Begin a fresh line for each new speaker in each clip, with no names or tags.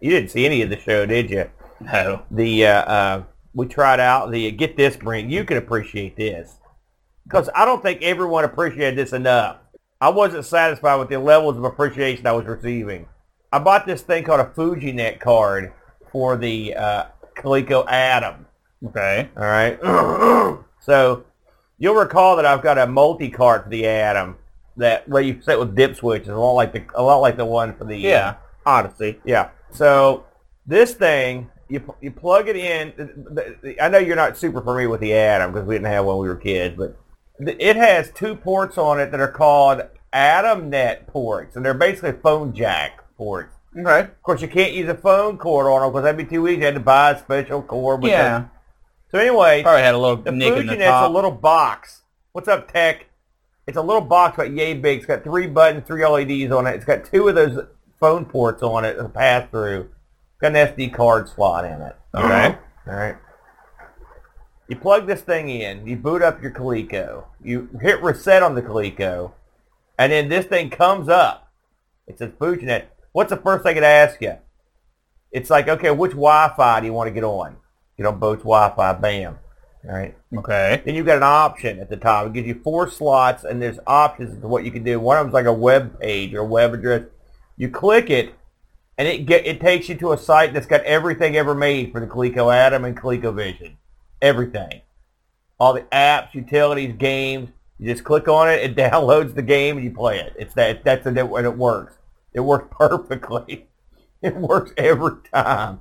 You didn't see any of the show, did you?
No.
The uh, uh, we tried out the get this Brent. You can appreciate this because I don't think everyone appreciated this enough. I wasn't satisfied with the levels of appreciation I was receiving. I bought this thing called a FujiNet card for the uh, Coleco Atom.
Okay.
All right. so you'll recall that I've got a multi cart for the Atom that where you set with dip switches, a lot like the a lot like the one for the uh,
Yeah.
Odyssey. Yeah. So this thing, you pl- you plug it in. th- th- th- I know you're not super familiar with the Atom because we didn't have one when we were kids, but th- it has two ports on it that are called AtomNet ports, and they're basically phone jack ports.
Okay.
Of course, you can't use a phone cord on them because that'd be too easy. You had to buy a special cord. with
Yeah.
the- So anyway,
Probably had a little
the
nick in the
Fujinet's a
top.
little box. What's up, Tech? It's a little box, but yay big. It's got three buttons, three LEDs on it. It's got two of those phone ports on it, a pass through. It's got an SD card slot in it.
Okay.
All right. You plug this thing in. You boot up your Coleco. You hit reset on the Coleco, and then this thing comes up. It says Fujinet. What's the first thing it asks you? It's like, okay, which Wi-Fi do you want to get on? Get on both Wi-Fi. Bam. All right.
Okay.
Then you've got an option at the top. It gives you four slots, and there's options as to what you can do. One of them's like a web page or web address. You click it, and it get it takes you to a site that's got everything ever made for the Coleco Atom and ColecoVision. Everything, all the apps, utilities, games. You just click on it, it downloads the game, and you play it. It's that that's the and it works. It works perfectly. It works every time.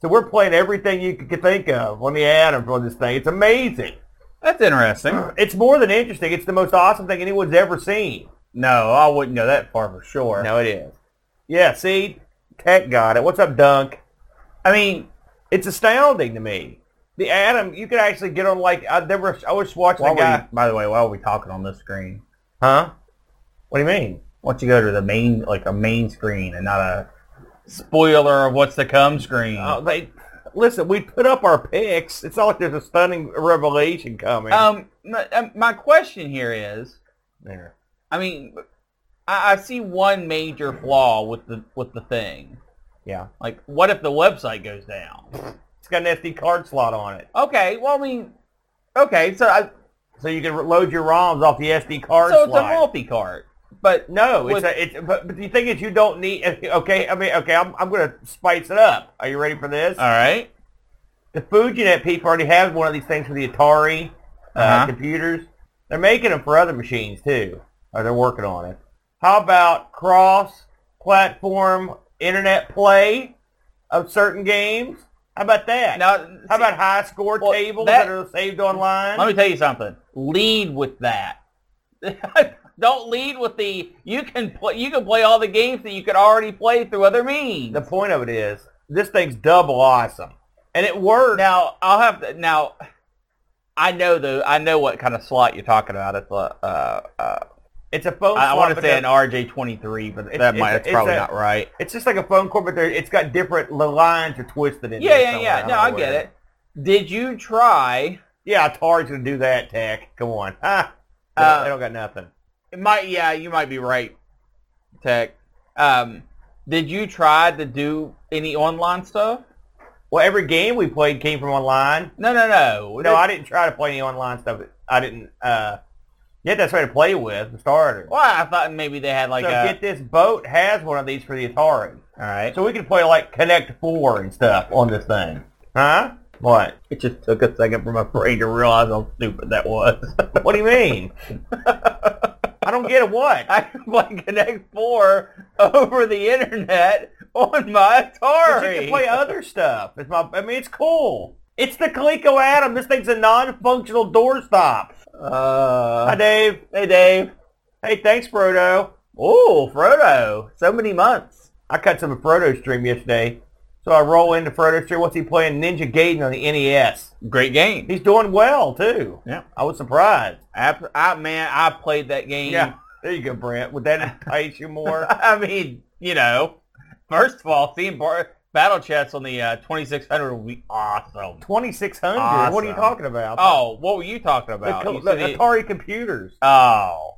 So we're playing everything you could think of on the Atom on this thing. It's amazing.
That's interesting.
It's more than interesting. It's the most awesome thing anyone's ever seen.
No, I wouldn't go that far for sure.
No, it is. Yeah, see, Tech got it. What's up, Dunk?
I mean,
It's astounding to me. The Adam, you could actually get on like I there were. I was watching
why
the guy.
were we, by the way, why are we talking on this screen?
Huh? What do you mean?
Why don't you go to the main, like a main screen and not a spoiler of what's to come screen?
Oh, they listen. We put up our picks. It's not like there's a stunning revelation coming.
um, my, um, my question here is,
there.
I mean, I, I see one major flaw with the with the thing.
Yeah,
Like, what if the website goes down?
it's got an SD card slot on it,
Okay, well, I mean, okay, so I,
so you can load your ROMs off the SD card
so it's
slot.
a multi-cart, but
No, it's
With-
a, it's but, but the thing is you don't need okay. I mean okay, I'm I'm gonna spice it up. Are you ready for this?
all right,
the Fujinet people already have one of these things for the Atari uh,
Uh-huh.
computers. They're making them for other machines too, or they're working on it. How about cross-platform internet play of certain games? How about that?
now
How about high score
Well,
tables
that-
that, are saved online?
Let me tell you something. Lead with that. Don't lead with the you can play you can play all the games that you could already play through other means.
the point of it is this thing's double awesome, and it works.
Now I'll have to, now. I know though. I know what kind of slot you're talking about. It's a uh, uh,
it's a phone.
I, I
swap,
want to
but
say
they're-
an RJ23, but
It's-
that might
it's-
that's
it's
probably
a-
not right.
It's just like a phone cord, but there- it's got different li- lines are twisted in
Yeah,
there
yeah,
somewhere.
yeah.
don't
No,
know
I
where.
get it. Did you try?
Yeah, Atari's gonna do that, Tech. Come on. Ha. They don't-
Uh,
they don't got nothing.
It might. Yeah, you might be right. Tech. Um, did you try to do any online stuff?
Well, every game we played came from online.
No, no, no.
No, I didn't try to play any online stuff. I didn't. Uh, yet that's right to play with the starter.
Well, I thought maybe they had like
so
a.
get this boat has one of these for the Atari,
all right.
so we could play like Connect Four and stuff on this thing. Huh? What?
It just took a second for my brain to realize how stupid that was.
What do you mean? I don't get it. What?
I can play Connect Four over the internet on my
But
Atari.
you can play other stuff. It's my. I mean, it's cool. It's the Coleco Atom. This thing's a non-functional doorstop. Hi,
uh,
Dave.
hey, Dave.
Hey, thanks, Frodo.
Oh, Frodo. So many months.
I cut some of Frodo's stream yesterday. So I roll into Frodo's stream. What's he playing? Ninja Gaiden on the NES.
Great game.
He's doing well, too.
Yeah.
I was surprised.
I, I man, I played that game.
Yeah. There you go, Brent. Would that entice you more?
I mean, you know, first of all, seeing bar- battle chats on the uh, 2600 would be awesome.
2600? What are you
Awesome.
talking about?
Oh, what were you talking
the,
about?
co-
You
the
said it-
Atari computers.
Oh,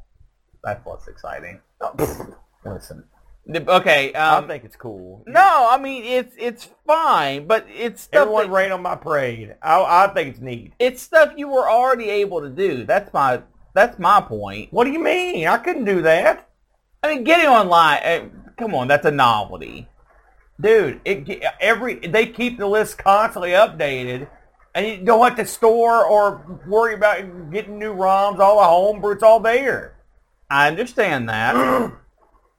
that's less exciting.
Oh, pfft.
Listen, Okay. Um,
I think it's cool.
no, I mean it's it's fine, but it's stuff
Everyone
that-
rain on my parade. I, I think it's neat.
it's stuff you were already able to do. That's my that's my point.
What do you mean? I couldn't do that,
I mean, getting online. eh, Come on, that's a novelty.
dude. It ge- every they keep the list constantly updated, and you don't have to store or worry about getting new ROMs. All the homebrew, it's all there.
I understand that.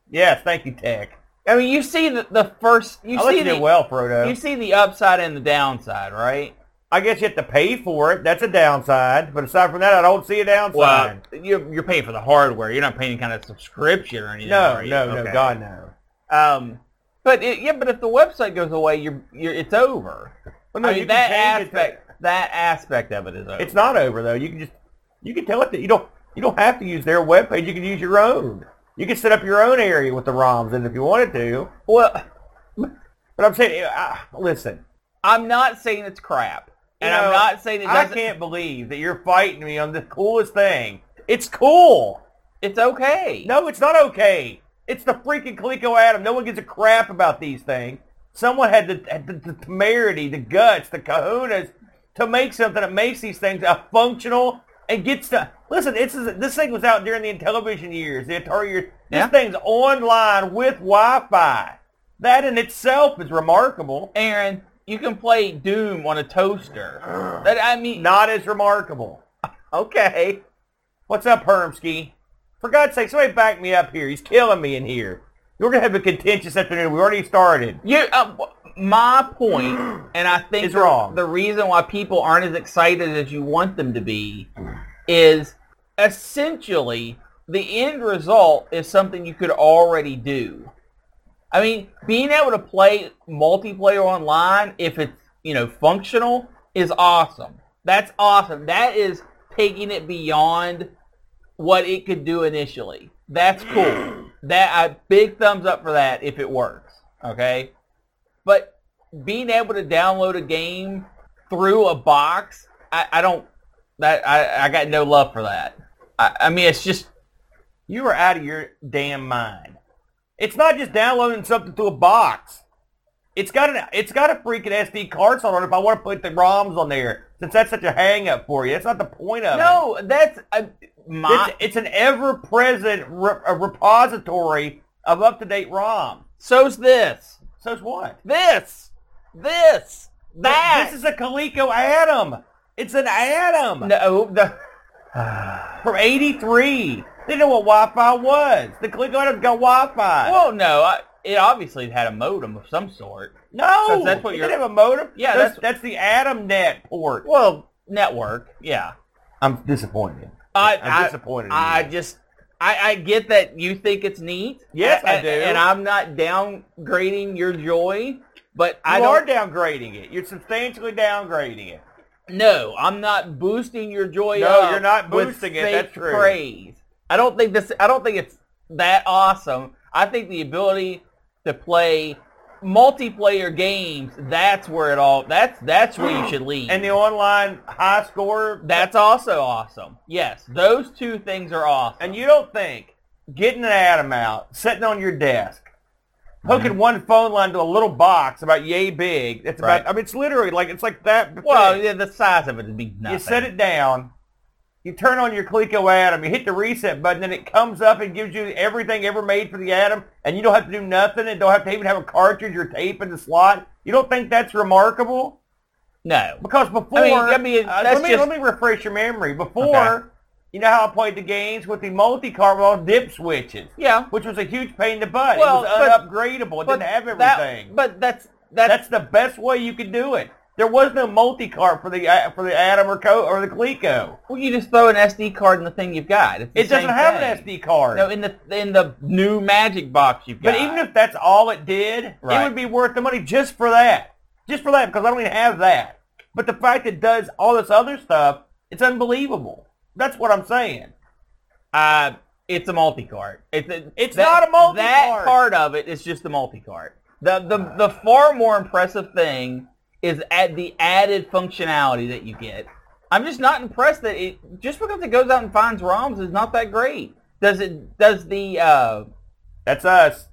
Yes, thank you, Tech.
I mean, you see the, the first you
I
see
think you
the
did well,
you
Frodo.
see the upside and the downside, right?
I guess you have to pay for it. That's a downside. But aside from that, I don't see a
Well,
downside.
you're you're paying for the hardware. You're not paying any kind of subscription or anything.
no,
are you?
no,
Okay.
no, God no.
Um, but it, yeah, but if the website goes away, you're you're it's over.
Well, no,
I
you
mean
can
that
change it to-
aspect that aspect of it is over.
It's not over though. You can just you can tell it that you don't you don't have to use their webpage. You can use your own. You can set up your own area with the ROMs, and if you wanted to.
well.
But I'm saying, I, listen,
I'm not saying it's crap, and
You
I'm
know,
not saying it
I
doesn't.
can't believe that you're fighting me on the coolest thing. It's cool.
It's okay.
No, it's not okay. It's the freaking Coleco Adam. No one gives a crap about these things. Someone had the, had the, the temerity, the guts, the kahunas to make something that makes these things a functional and gets to listen. This is this thing was out during the Intellivision years, the Atari years. This
Yeah.
thing's online with Wi-Fi. That in itself is remarkable.
Aaron, you can play Doom on a toaster. that I mean,
Not as remarkable.
okay.
What's up, Hermsky? For God's sake, somebody back me up here. He's killing me in here. We're gonna have a contentious afternoon. We already started.
You, uh, my point, and I think
It's wrong.
The reason why people aren't as excited as you want them to be is essentially the end result is something you could already do. I mean, being able to play multiplayer online, if it's you know functional, is awesome. That's awesome. That is taking it beyond what it could do initially. That's cool. That I big thumbs up for that if it works. Okay, but being able to download a game through a box, I, I don't. That I, I got no love for that. I, I mean, it's just
You are out of your damn mind. It's not just downloading something to a box. It's got an it's got a freaking SD card on it. If I want to put the ROMs on there, since that's such a hang up for you, that's not the point of it.
no. That's uh, my.
It's, it's an ever present re- a repository of up to date ROM.
so's this.
So's what?
This. This. That.
This is a Coleco Atom. It's an Atom
no. The,
from '83. They didn't know what Wi-Fi was. The Coleco Atom's got Wi-Fi.
well, no. I, it obviously had a modem of some sort.
no,
That's- that's what
It
you're-
didn't have a modem.
Yeah,
that's that's
that's-
the AtomNet port.
Well, network. Yeah. Mm.
I'm disappointed.
I,
I'm
I-
disappointed. in
I
you.
just I, I get that you think it's neat.
Yes, I
and-
do.
And I'm not downgrading your joy, but I
you
don't
are downgrading it. You're substantially downgrading it.
No, I'm not boosting your joy.
No,
up
you're not
with
boosting it,
fake
that's true.
Praise. I don't think this. I don't think it's that awesome. I think the ability to play multiplayer games. That's where it all. That's that's where you should lead.
And the online high score.
that's also awesome. Yes, those two things are awesome.
and you don't think getting an atom out, sitting on your desk, hooking
Mm-hmm.
one phone line to a little box about yay big. That's about.
Right.
I mean, it's literally like it's like that.
well,
big.
yeah, the size of it would be nothing.
you set it down. You turn on your Coleco Atom, you hit the reset button, and it comes up and gives you everything ever made for the Atom, and you don't have to do nothing, and don't have to even have a cartridge or tape in the slot. You don't think that's remarkable?
No.
Because before,
I mean, I mean,
uh,
that's
let me
just-
let me refresh your memory. Before,
Okay.
you know how I played the games with the multi-carbon dip switches,
Yeah.
which was a huge pain in the butt.
Well,
it
but-
was unupgradable. It didn't have
that-
everything.
but that's that's,
That's the best way you could do it. There was no multi-cart for the uh, for the Atom or Co or the Coleco.
well, you just throw an SD card in the thing you've got. It's the
It doesn't
same
have
thing.
an SD card.
No, in the in the new Magic box you've got.
but even if that's all it did,
Right.
it would be worth the money just for that. Just for that, because I don't even have that. But the fact it does all this other stuff, it's unbelievable. That's what I'm saying.
uh, it's a multi card. It's a,
It's not a multi-card. Ah.
That part of it is just a multi card. The the the far more impressive thing is at the added functionality that you get. I'm just not impressed that it just because it goes out and finds ROMs is not that great. Does it? Does the uh,
That's us.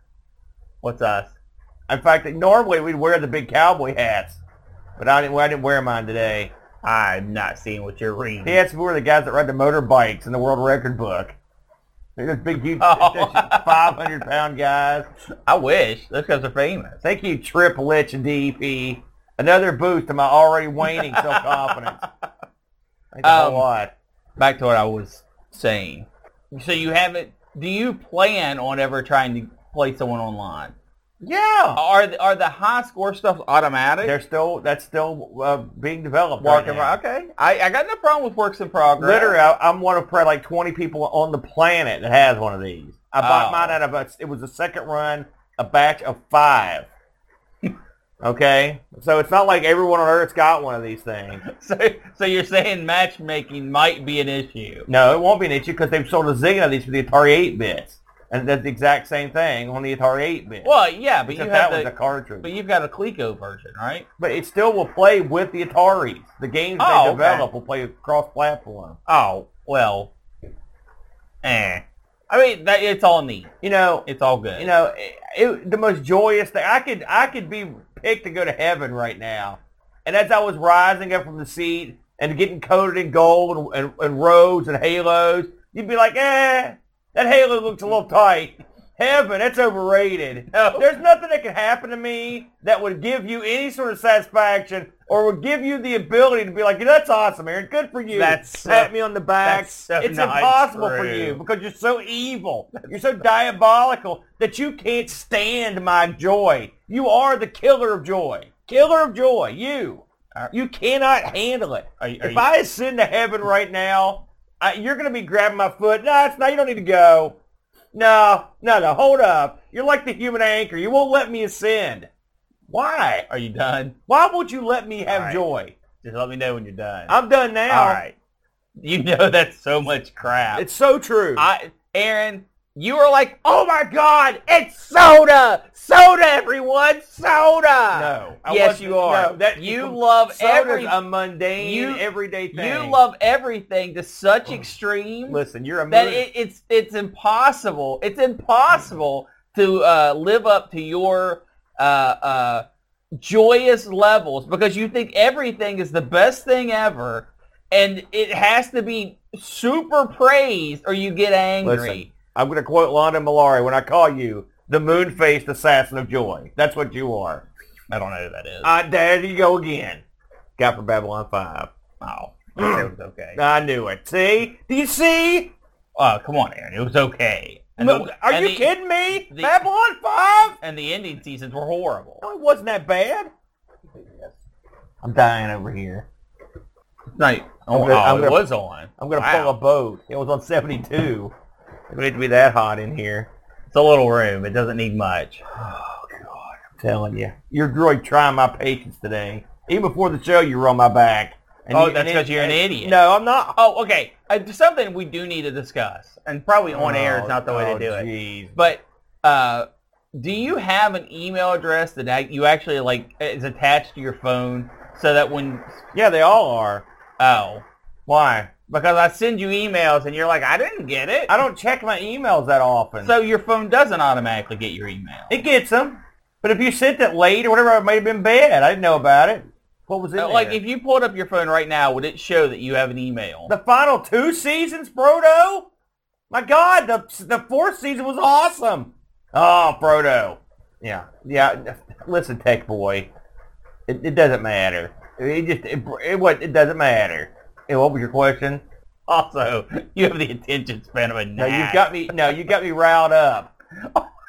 What's us?
In fact, normally we'd wear the big cowboy hats, but I didn't. I didn't wear mine today.
I'm not seeing what you're reading.
The hats were the guys that ride the motorbikes in the world record book. They're those big, huge,
Oh.
500 pound guys.
I wish. Those guys are famous.
Thank you, Triple H and DEP. Another boost to my already waning self-confidence. Thanks a whole
Um,
lot.
Back to what I was saying. So you haven't. Do you plan on ever trying to play someone online?
Yeah.
Are the, are the high score stuff automatic?
They're still, that's still uh, being developed.
Work in
right now.
pro- Okay, I, I got no problem with works in progress.
Literally, I, I'm one of probably like 20 people on the planet that has one of these. I bought
Oh.
mine out of a, it was a second run, a batch of five. okay? So it's not like everyone on Earth's got one of these things.
So, so you're saying matchmaking might be an issue?
No, it won't be an issue because they've sold a zillion of these for the Atari 8-bits. And that's the exact same thing on the Atari 8-bit.
Well, yeah, but
Except
you
that
have
was a
the,
cartridge.
but you've got a Clico version, right?
But it still will play with the Ataris. The games
Oh,
they
okay.
develop will play cross-platform.
Oh well, eh. I mean, that, it's all neat.
You know,
It's all good.
you know, it, it, the most joyous thing. I could I could be picked to go to heaven right now. And as I was rising up from the seat and getting coated in gold and, and, and roads and halos, you'd be like, eh, that halo looks a little tight. Heaven, that's overrated.
No.
There's nothing that could happen to me that would give you any sort of satisfaction or would give you the ability to be like, that's awesome, Aaron. Good for you.
That's so-
Pat me on the back.
that's so
it's
not
impossible for
true.
you because you're so evil. You're so diabolical that you can't stand my joy. You are the killer of joy. Killer of joy. You.
Are-
You cannot handle it.
Are you- Uh, are
if
you-
I ascend to heaven right now, I, you're going to be grabbing my foot. No, it's not. You don't need to go. No, no, no. Hold up. You're like the human anchor. You won't let me ascend. Why?
Are you done?
Why won't you let me have
All right.
joy?
Just let me know when you're done.
I'm done now.
all right. You know that's so much crap.
It's so true.
I, Aaron, you were like, oh my God, it's soda, soda, everyone, soda.
No. I
Uh, yes,
wasn't-
you are.
No, that
you
com-
love
soda's
every,
a mundane,
You-
everyday thing.
you love everything to such extreme
Listen, you're a
that
moon-
it, it's it's impossible. It's impossible to uh, live up to your uh, uh, joyous levels because you think everything is the best thing ever, and it has to be super praised or you get angry.
Listen, I'm going to quote Londa Malari when I call you the moon-faced assassin of joy. That's what you are.
I don't know who that is.
Uh, there you go again. Guy from Babylon 5.
oh, it was okay.
I knew it. See? Do you see?
Oh, come on, Aaron. It was okay. And
Look,
the-
are
and
you
the-
kidding me?
the-
Babylon 5?
And the ending seasons were horrible.
No, it wasn't that bad. I'm dying over here.
Night.
I'm
Oh,
gonna- I'm
it
gonna-
was on.
I'm going to
Wow.
pull a boat. It was on 72. It would to be that hot in here.
It's a little room. It doesn't need much.
Oh, I'm telling you. Your droid trying my patience today. Even before the show, you were on my back. And
Oh,
you-
that's
and it-
'cause you're an idiot.
No, I'm not.
Oh, okay. Uh, something we do need to discuss, and probably on air
Oh,
is not the way to do it. But uh, do you have an email address that act- you actually like is attached to your phone, so that when
Yeah, they all are.
oh,
Why?
because I send you emails and you're like, I didn't get it,
I don't check my emails that often.
so your phone doesn't automatically get your email.
it gets them. But if you sent it late or whatever, it may have been bad. I didn't know about it. What was it?
Uh, like if you pulled up your phone right now, would it show that you have an email?
the final two seasons, Brodo. My God, the the fourth season was awesome. Oh, Brodo. Yeah, yeah. Listen, Tech Boy, it, it doesn't matter. It just it, it what it doesn't matter. And what was your question?
Also, you have the attention span of a
No,
gnat.
you got me. No, you got me riled up.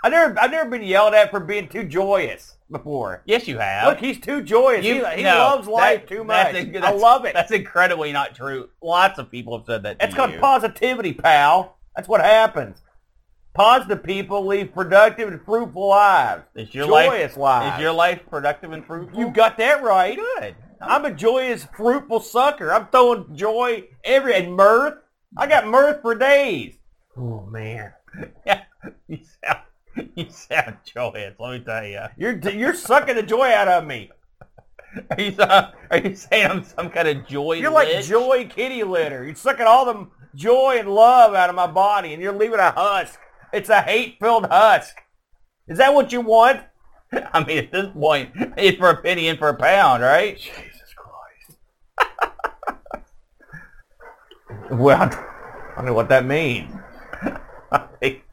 I never, I've never been yelled at for being too joyous before.
Yes, you have.
Look, he's too joyous.
You-
he he
no,
loves life
that-
too much.
that's-
I
that's-
love it.
That's incredibly not true. Lots of people have said that. to
That's called
you.
positivity, pal. That's what happens. Positive people lead productive and fruitful lives.
Is your life
joyous lives.
is your life productive and fruitful?
you got that right. Good. I'm a joyous, fruitful sucker. I'm throwing joy every and mirth. I got mirth for days. Oh man,
You sound you sound joyous. Let me tell you.
you're you're sucking the joy out of me.
Are you so- are you saying I'm some kind of joy?
You're like
lich?
joy kitty litter. You're sucking all the joy and love out of my body, and you're leaving a husk. It's a hate-filled husk. Is that what you want?
I mean, at this point, it's for a penny and for a pound, right?
Jesus Christ. well, I don't know what that means.
I think,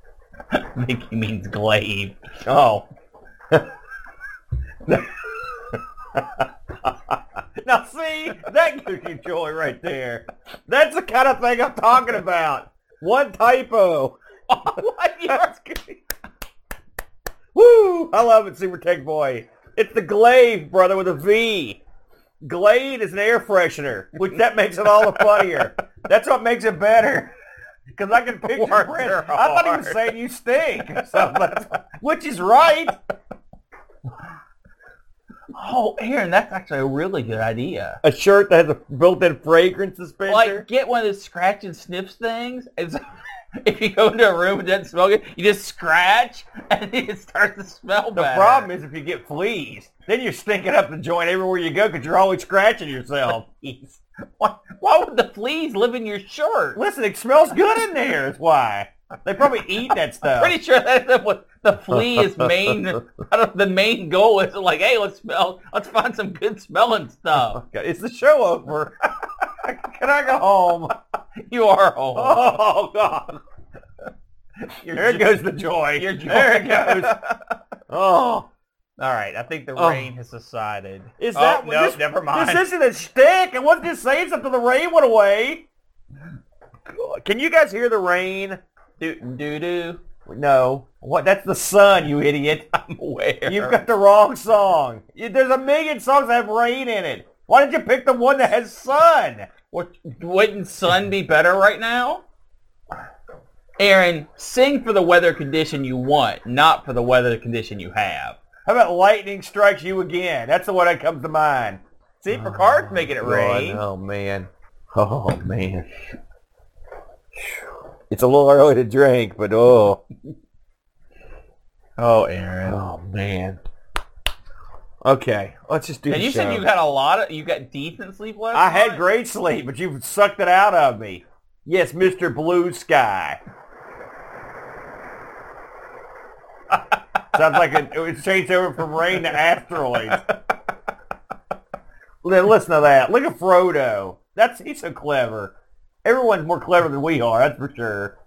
I think he means glaive.
Oh. now see, that gives you joy right there. That's the kind of thing I'm talking about. One typo.
what? You're-
Woo! I love it, Super Tech Boy. It's the Glade, brother, with a V. Glade is an air freshener, which that makes it all the funnier. That's what makes it better. Because I can picture
Words
Brent.
are
I'm not even
hard.
saying you stink, or something, which is right.
Oh, Aaron, that's actually a really good idea.
A shirt that has a built-in fragrance dispenser.
Like, get one of those scratch and sniffs things. And so, if you go into a room and doesn't smell good, you just scratch and it starts to smell
the
better.
problem is if you get fleas, then you're stinking up the joint everywhere you go because you're always scratching yourself.
why, why would the fleas live in your shirt?
Listen, it smells good in there. That's why they probably eat that stuff.
Pretty sure that's what the flea is main. I don't, the main goal is like, hey, let's smell, let's find some good smelling stuff.
God, It's the show over. Can I go home?
You are home.
Oh God! There goes the joy.
Your joy.
There it goes. Oh,
All right, I think the
Oh.
rain has subsided.
is
Oh,
that
no?
This,
never mind.
This isn't a shtick. I wasn't just saying something. The rain went away. God, Can you guys hear the rain?
do do do.
No. What? That's the sun, you idiot.
I'm aware.
You've got the wrong song. You- There's a million songs that have rain in it. Why did you pick the one that has sun?
What, wouldn't sun be better right now? Aaron, sing for the weather condition you want, not for the weather condition you have.
How about lightning strikes you again? That's the one that comes to mind.
See, Picard's making it rain.
Oh man. Oh man. It's a little early to drink, but oh,
Oh, Aaron.
oh man. Okay, let's just do.
And
the
you
show.
said you had a lot of, you got decent sleep last
I had
night?
great sleep, but you've sucked it out of me. Yes, Mr. Blue Sky. Sounds like it, it was changed over from rain to asteroids. Then listen to that. Look at Frodo. That's he's so clever. Everyone's more clever than we are, that's for sure.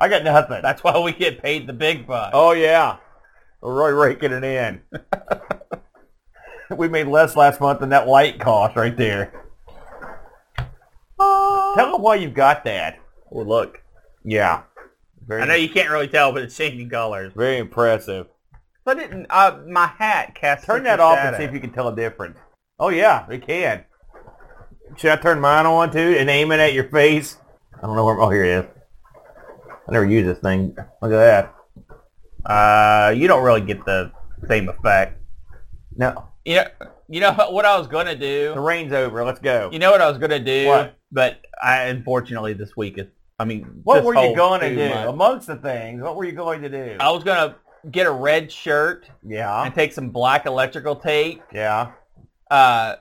I got nothing.
That's why we get paid the big bucks.
Oh yeah, Roy raking it in. we made less last month than that light cost right there. Tell them why you got that.
Well, Oh, look.
Yeah, very,
I know you can't really tell, but it's changing colors.
very impressive.
But it, uh, my hat cast.
Turn that off and see if you can tell a difference. Oh yeah, they can. Should I turn mine on too and aim it at your face? I don't know where. Oh, here it is. I never use this thing. Look at that.
Uh, you don't really get the same effect.
No,
You know, you know what I was gonna
the
do.
rain's over. Let's go.
You know what I was gonna do.
What?
But I unfortunately this week is. I mean,
What
this
were you
whole Oh.
going to
two
do?
months-
Amongst the things, what were you going to do?
I was gonna get a red shirt
yeah,
and take some black electrical tape.
yeah.
Uh.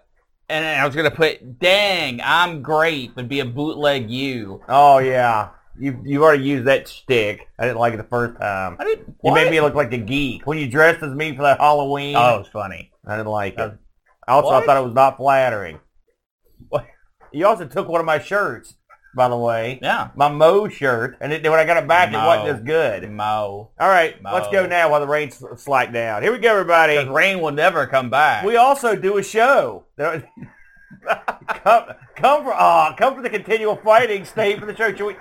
And then I was gonna put, "Dang, I'm great," would be a bootleg you.
Oh yeah. You you already used that shtick. I didn't like it the first time.
I didn't.
You
what?
made me look like the geek when you dressed as me for that Halloween.
Oh, it was funny.
I didn't like it.
Uh,
Also, I
what?
thought it was not flattering.
What?
You also took one of my shirts, by the way,
Yeah.
my Moe shirt, and it, when I got it back, it wasn't
Moe.
as good.
Mo.
All right, let's go
Moe.
now while the rain's slide down. Here we go, everybody.
Because rain will never come back.
We also do a show. There- come, come for ah, come for the continual fighting. Stay for the show. Should we?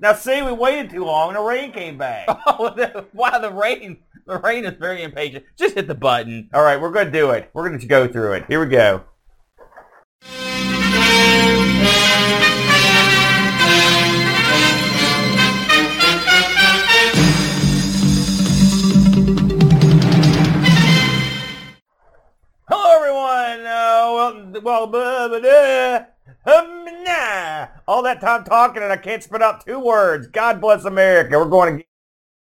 Now, see, we waited too long, and the rain came back.
Oh, the- wow, the rain, the rain is very impatient. Just hit the button.
All right, we're gonna do it. We're gonna go through it. Here we go. Hello, everyone. Uh, welcome. To, well, blah, blah, blah. Um, nah. All that time talking, and I can't spit out two words. God bless America. We're going to